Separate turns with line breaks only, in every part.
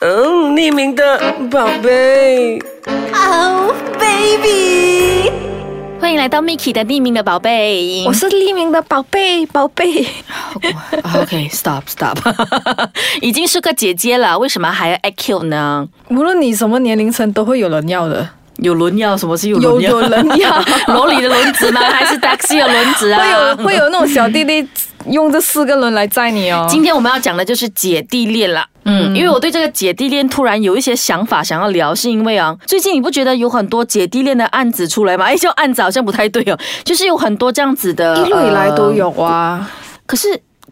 哦匿名的宝贝。
Oh baby，
欢迎来到 Miki 的匿名的宝贝，
我是匿名的宝贝，宝贝。
OK，stop stop，已经是个姐姐了，为什么还要 a Q 呢？
无论你什么年龄层，都会有人要的。
有轮药，什么是有轮药？
有有轮 药
罗里的轮子 吗？还是 taxi 的轮子啊？
会有会有那种小弟弟用这四个轮来载你哦。
今天我们要讲的就是姐弟恋啦。嗯，因为我对这个姐弟恋突然有一些想法想要聊，是因为啊，最近你不觉得有很多姐弟恋的案子出来吗？哎，这案子好像不太对哦，就是有很多这样子的，
一路以来都
呃。
有啊，
可是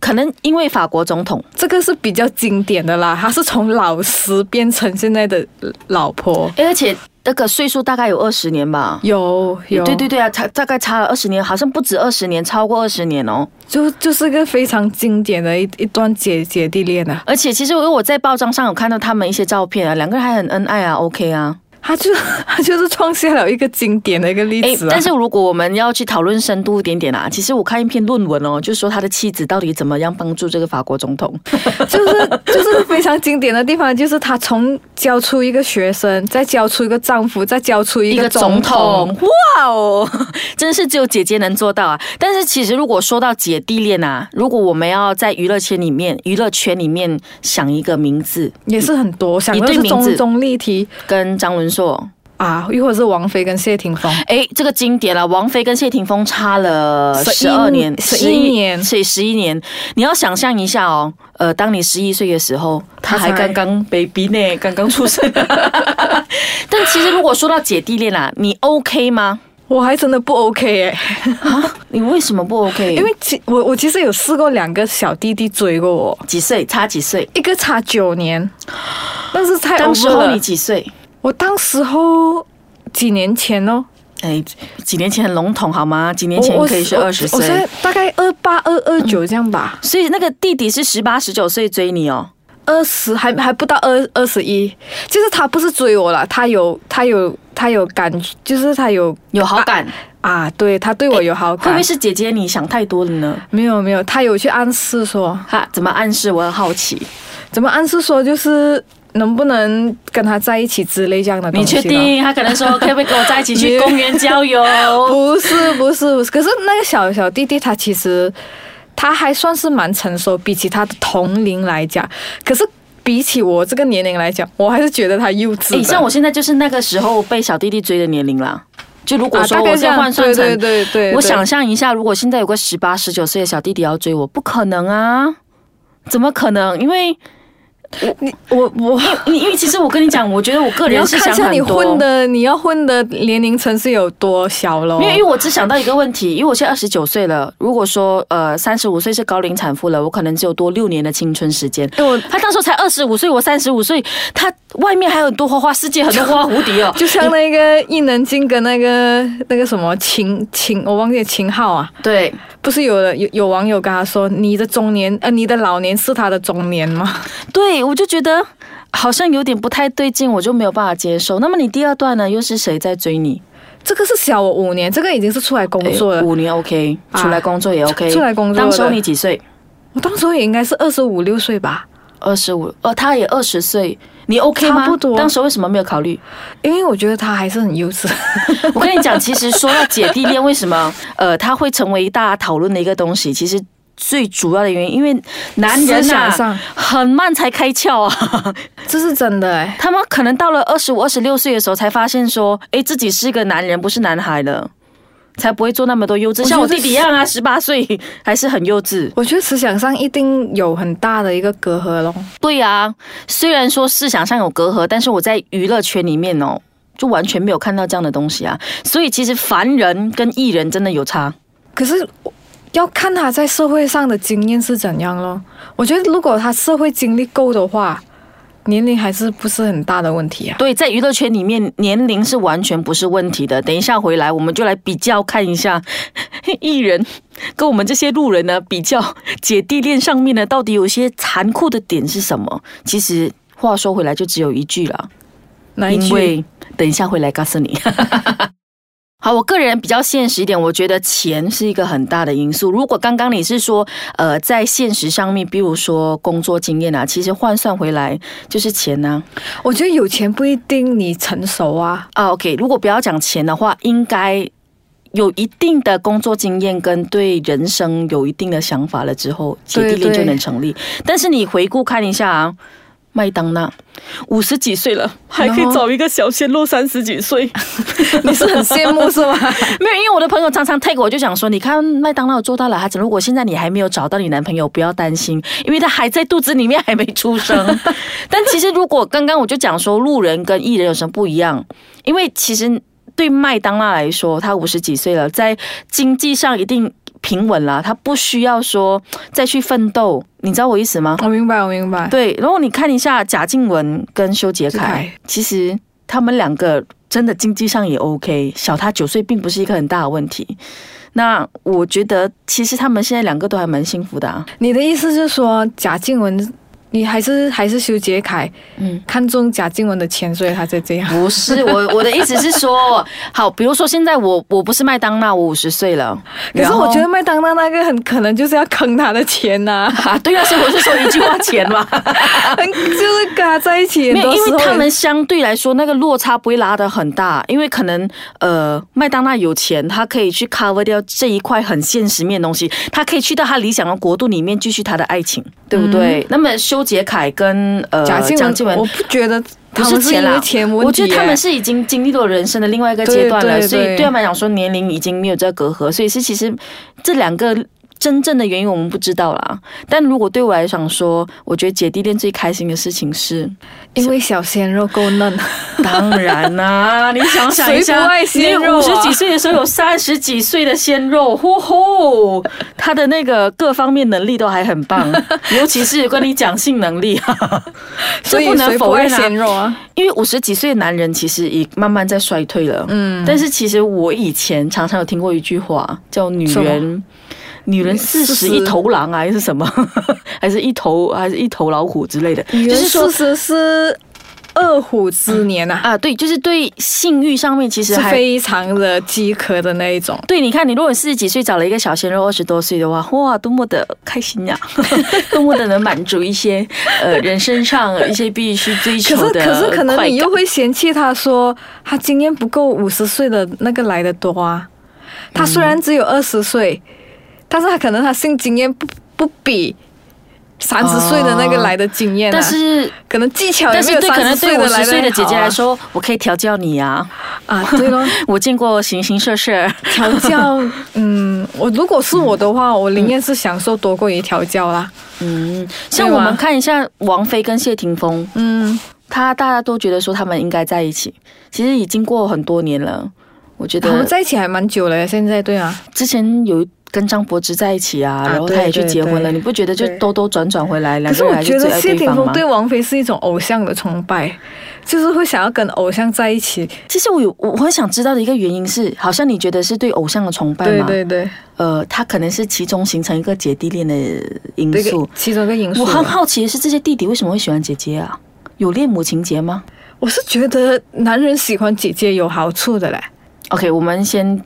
可能因为法国总统，
这个是比较经典的啦，他是从老师变成现在的老婆，
哎而且那个岁数大概有二十年吧。
有有，
对对，对啊，差大概差了二十年，好像不止二十年，超过二十年哦。
就就是个非常经典的一一段姐姐弟恋啊，
而且其实我我在报章上有看到他们一些照片啊，两个人还很恩爱啊，OK 啊。
他就 他就是创下了一个经典的一个例
诶
子啊。
但是如果我们要去讨论深度一点点啊，其实我看一篇论文哦，就是说他的妻子到底怎么样帮助这个法国总统。
就是就是非常经典的地方，就是他从教出一个学生，再教出一个丈夫，再教出 一
一
个
个
总
总
统
统，。哇哦， 真是只有姐姐能做到啊！但是其实如果说到姐弟恋啊，如果我们要在娱乐圈里面、娱乐圈里面想一个名字，
也是很多，想
一
的
对
是
名
钟
字
钟丽缇
跟张伦硕，
啊，又或者是王菲跟谢霆 锋。
哎，这个经典了、王菲跟谢霆锋差了十
11
二年，
11年
所以十一年。你要想象一下哦，呃，当你十一岁的时候，他还
他才
刚刚 baby 呢，刚刚出 生。但其实如果说到姐弟恋啊，你 OK 吗？
我还真的不 OK 哎、
你为什么不 OK？
因为其我我其实有试过两个小弟弟追过我，
几岁差几岁？
一个差九年，但是太
当时
over
候
了
你。几岁？
我当时候几年前哦，
哎，几年前很笼统好吗？几年前
我我
可以是
我
二十
我现在
岁，
大概二八二二九这样吧，
所以那个弟弟是十八十九岁追你哦。
二十还还不到二二十一，就是他不是追我了，他有他有他有感，就是他有
有好感，
啊，对他对我有好
会
感，
不会是姐姐你想太多了呢？
没有没有，他有去暗示说，
哈，怎么暗示？我很好奇。
怎么暗示说就是能不能跟他在一起之类这样的东
你
西
确
咯？
定？他可能说可不可以跟我在一起 去公园郊游？
不是不是不是，可是那个小小弟弟他其实他还算是蛮成熟，比起他的同龄来讲，可是比起我这个年龄来讲，我还是觉得他幼稚的。
诶，像我现在就是那个时候被小弟弟追的年龄啦。就如果
啊
说
大概
我
这
是
样
换算成，
对对对对
我
对
想象一下，如果现在有个十八、十九岁的小弟弟要追我，不可能啊，怎么可能？因为
我我。
你因为其实我跟你讲，我觉得我个
你
人
要
是
看
想
一下
很
你
多。
混的，哦你要混的年龄层是有多小咯？
没有，因为我只想到一个问题，因为我现在二十九岁了。如果说呃三十五岁是高龄产妇了，我可能只有多六年的青春时间。
我
他那时候才二十五岁，我三十五岁，他外面还有很多花花世界，很多花花蝴蝶哦
。就像那个伊能静跟那个那个什么秦秦，我忘记了秦昊啊，
对，
不是有了有有网友跟他说，你的中年呃你的老年是他的中年吗？
对我就觉得好像有点不太对劲，我就没有办法接受。那么你第二段呢？又是谁在追你？哎
这个是小我五年，这个已经是出来工作了。
诶五年 OK，
啊
出来工作也 OK，
出来工作了
当时候你几岁？
我当时候也应该是二十五六岁吧，
二十五，呃，他也二十岁，你 OK 吗？
差不多
当时为什么没有考虑？
因为我觉得他还是很幼稚。
我跟你讲，其实说到姐弟恋，为什么呃，它会成为大家讨论的一个东西？其实。最主要的原因，因为男人
思
啊
想上
很慢才开窍啊，
这是真的哎、
他们可能到了二十五、二十六岁的时候才发现说，诶，自己是一个男人，不是男孩了，才不会做那么多幼稚，
我觉得
像我弟弟一样啊，十八岁还是很幼稚。
我觉得思想上一定有很大的一个隔阂咯。
对啊，虽然说思想上有隔阂，但是我在娱乐圈里面哦，就完全没有看到这样的东西啊，所以其实凡人跟艺人真的有差。
可是我要看他在社会上的经验是怎样咯。我觉得如果他社会经历够的话，年龄还是不是很大的问题啊。
对，在娱乐圈里面，年龄是完全不是问题的。等一下回来，我们就来比较看一下 艺人跟我们这些路人呢，比较姐弟恋上面呢，到底有一些残酷的点是什么？其实话说回来，就只有一句了，
哪一
因
句？
为等一下回来告诉你。 好，我个人比较现实一点，我觉得钱是一个很大的因素。如果刚刚你是说，呃，在现实上面，比如说工作经验啊，其实换算回来就是钱啊呢、
我觉得有钱不一定你成熟啊，
啊。OK，如果不要讲钱的话，应该有一定的工作经验跟对人生有一定的想法了之后，姐弟恋
对
就能成立。但是你回顾看一下啊，麦当娜五十几岁了，还可以找一个小鲜肉三十几岁。
你是很羡 慕是吗？
没有，因为我的朋友常常 take 我，就想说，你看麦当劳做到了孩子，如果现在你还没有找到你男朋友，不要担心，因为他还在肚子里面还没出生。但其实如果刚刚我就讲说，路人跟艺人有什么不一样？因为其实对麦当娜来说，她五十几岁了，在经济上一定平稳了，她不需要说再去奋斗，你知道我意思吗？
我明白，我明白。
对，然后你看一下贾静雯跟修杰
修杰
楷
楷，
其实他们两个真的经济上也 OK，小他九岁并不是一个很大的问题。那我觉得其实他们现在两个都还蛮幸福的啊。
你的意思是说贾静雯，你还是还是修杰楷
嗯，
看中贾静雯的钱，所以他才这样。
不是我我的意思是说，好，比如说现在我我不是麦当娜，我五十岁了，
可是
然
我
后
觉得麦当娜那个很可能就是要坑他的钱 呐、
啊，对啊，所以我是说一句话钱嘛。
很就是跟他在一起
没
很
有，
多
因
时
为
候
他们相对来说那个落差不会拉得很大，因为可能呃，麦当娜有钱，他可以去 cover 掉这一块很现实面的东西，他可以去到他理想的国度里面继续他的爱情，对不对？那么修杰楷跟呃
贾静
蒋静
雯，我
雯。
不觉得
不
他们是
钱
因为
啦，
钱问题耶，
我觉得他们是已经经历了人生的另外一个阶段了，
对对
所以
对
对他啊们来讲说年龄已经没有这个隔阂，所以是其实这两个真正的原因我们不知道啦。但如果对我来讲说，我觉得姐弟恋最开心的事情是，
因为小鲜肉够 嫩，
当然啦、你想想一
谁
下，
不爱鲜肉啊
你五十几岁的时候有 三十几岁的鲜肉，呼呼，他的那个各方面能力都还很 棒，尤其是跟你讲性能力、啊，
所以
这不能
谁
否认
爱
啊
鲜肉啊。
因为五十几岁的男人其实也慢慢在衰退了。嗯，但是其实我以前常常有听过一句话，叫“女
什
人”。女人四十
40
一头狼啊，还是什么， 还是一头还是一头老虎之类的，
女
就
人
是说
事实是二虎之年呐、啊。
啊，对，就是对性欲上面其实
是
还
非常的饥渴的那一种，
对，你看，你如果四十几岁找了一个小鲜肉，二十多岁的话，哇，多么的开心呀、 多么的能满足一些呃人身上一些必须追
可
求
是
的
可是可能
快
你又
感
会嫌弃他说他经验不够五十岁的那个来的多啊，他虽然只有二十岁，但是他可能他性经验不不比三十岁的那个来的经验、啊
哦但是。
可能技巧也
但
呃没
是
有
对可能
三十
对
岁
五
来
十岁的姐姐
好啊
来说，我可以调教你啊！
啊，对 咯，
我见过形形色色，
调教，嗯，我如果是我的话，我宁愿是享受多过于调教啦，
嗯，像我
对
们
吗
看一下王菲跟谢霆锋，
嗯，
他大家都觉得说他们应该在一起，其实已经过很多年了。我觉
我们
得
在一起还蛮久了，现在对吗？
之前有跟张柏芝在一起啊，
啊
然后他
对
也去
对
结婚了，
对
你不觉得就
对
兜兜转转回来，
可
两
是
个人
我
还
觉
是最
得
爱
谢
对
霆
方
锋
吗？
对王菲是一种偶像的崇拜，就是会想要跟偶像在一起。
其实我有我很想知道的一个原因是，好像你觉得是对偶像的崇拜
对
嘛？
对对，
呃，他可能是其中形成一个姐弟恋的因
这
素
个。其中一个因素。
我很，好奇的是，这些弟弟为什么会喜欢姐姐啊？有恋母情节吗
我是觉得男人喜欢姐姐有好处的嘞。
？OK，我们先，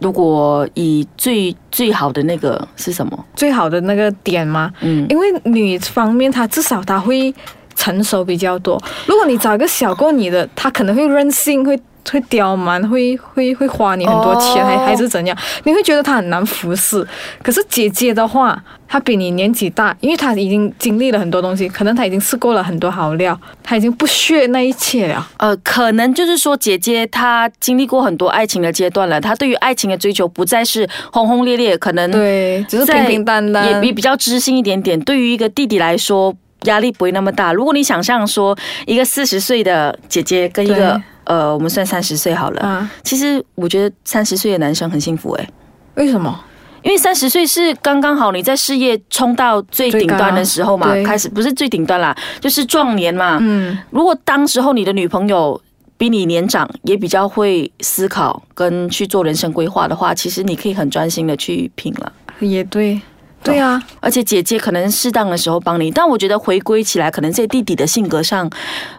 如果以最最好的那个是什么？
最好的那个点嘛，
嗯，
因为女方面她至少她会成熟比较多。如果你找一个小过你的，她可能会任性，会会刁蛮，会会会花你很多钱，
哦
还还是怎样？你会觉得她很难服侍。可是姐姐的话，她比你年纪大，因为她已经经历了很多东西，可能她已经吃过了很多好料，她已经不屑那一切了。
呃，可能就是说，姐姐她经历过很多爱情的阶段了，她对于爱情的追求不再是轰轰烈烈，可能
嗯对，只是平平淡淡。
也比比较知性一点点。对于一个弟弟来说，压力不会那么大。如果你想象说，一个四十岁的姐姐跟一个
对
呃，我们算三十岁好了，
啊，
其实我觉得三十岁的男生很幸福诶、欸
为什么？
因为三十岁是刚刚好你在事业冲到最顶端的时候嘛
最高，对
开始不是最顶端啦，就是壮年嘛。
嗯，
如果当时候你的女朋友比你年长，也比较会思考跟去做人生规划的话，其实你可以很专心的去拼了。
嗯也对，对啊。
而且姐姐可能适当的时候帮你，但我觉得回归起来，可能这弟弟的性格上，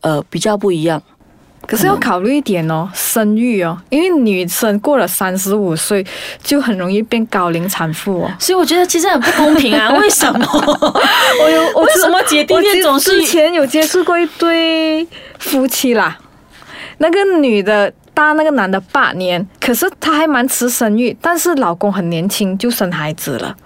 呃，比较不一样。
可是要考虑一点哦，生育哦，因为女生过了三十五岁就很容易变高龄产妇哦。
所以我觉得其实很不公平啊！为什么？ 我有为什么姐弟
我
恋
之
总是
之前有接触过一对夫妻啦，那个女的大那个男的八年，可是她还蛮迟生育，但是老公很年轻就生孩子了。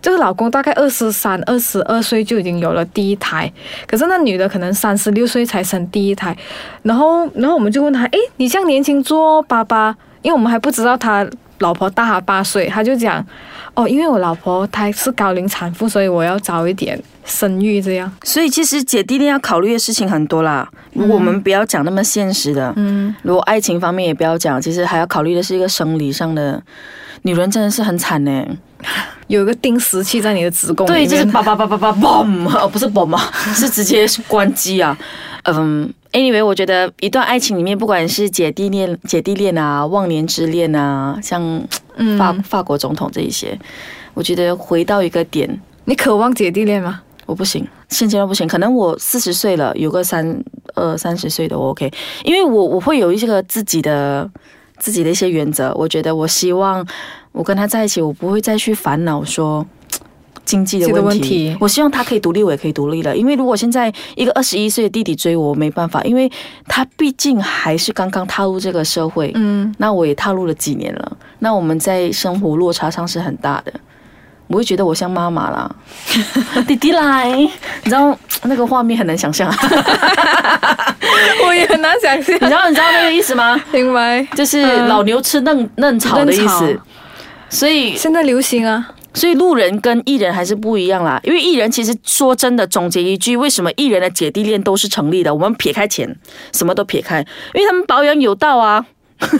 这个老公大概二十三、二十二岁就已经有了第一胎，可是那女的可能三十六岁才生第一胎，然后，然后我们就问她，诶，你这样年轻做爸爸，因为我们还不知道他老婆大他八岁，他就讲，哦，因为我老婆她是高龄产妇，所以我要早一点生育这样。
所以其实姐弟恋要考虑的事情很多啦。如果我们不要讲那么现实的，嗯，如果爱情方面也不要讲，其实还要考虑的是一个生理上的。女人真的是很惨呢、
有一个定时器在你的子宫里
对，
面，
就是叭叭叭叭叭 boom，哦，不是 boom 啊， 是直接关机啊。嗯，anyway，我觉得一段爱情里面，不管是姐弟恋、姐弟恋啊、忘年之恋啊，像法、法国总统这一些，我觉得回到一个点，
你渴望姐弟恋吗？
我不行，现阶段不行。可能我四十岁了，有个三呃三十岁的我 OK，因为我我会有一些个自己的自己的一些原则。我觉得我希望我跟他在一起，我不会再去烦恼说。经济的问题，
经济的问题
我希望他可以独立，我也可以独立了。因为如果现在一个二十一岁的弟弟追我，我没办法，因为他毕竟还是刚刚踏入这个社会，
嗯，
那我也踏入了几年了，那我们在生活落差上是很大的。我会觉得我像妈妈 啦，弟弟来，你知道那个画面很难想 象，
我也很难想 象
你，知道你知道那个意思吗？
明白？
就是
嗯
老牛吃嫩嫩草的意
嫩
思
草。
所以，
现在流行啊，
所以路人跟艺人还是不一样啦。因为艺人其实说真的，总结一句，为什么艺人的姐弟恋都是成立的？我们撇开钱，什么都撇开，因为他们保养有道啊。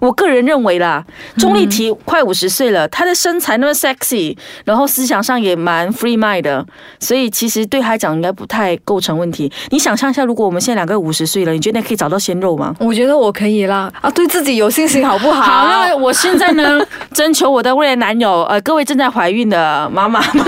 我个人认为啦，钟丽缇快五十岁了，她的身材那么 sexy，然后思想上也蛮 free mind 的，所以其实对她来讲应该不太构成问题。你想象一下，如果我们现在两个五十岁了，你觉得可以找到鲜肉吗？
我觉得我可以啦，啊，对自己有信心好不好？
好，那我现在 呢，征求我的未来男友，呃，各位正在怀孕的妈妈们，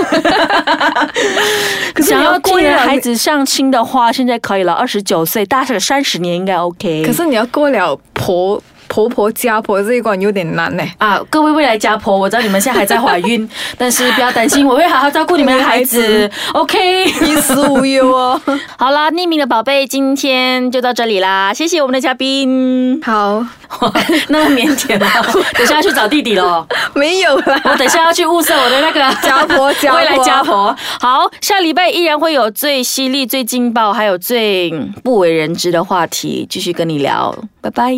可是
想
你
要
要
替
过一
你的
两
孩子上亲的话，现在可以了，二十九岁，大概三十年应该 OK。
可是你要过了婆婆婆家婆这一关有点难呢、
啊，各位未来家婆，我知道你们现在还在怀 孕，但是不要担心，我会好好照顾你们的孩子。OK，
衣食无忧哦。
好啦，匿名的宝贝，今天就到这里啦，谢谢我们的嘉宾。
好，
哇 那么腼腆啊， 等下要去找弟弟了。
没有啦。
我等一下要去物色我的那个
家婆家婆
未来家婆。好，下礼拜依然会有最犀利、最劲爆，还有最不为人知的话题，继续跟你聊。拜拜。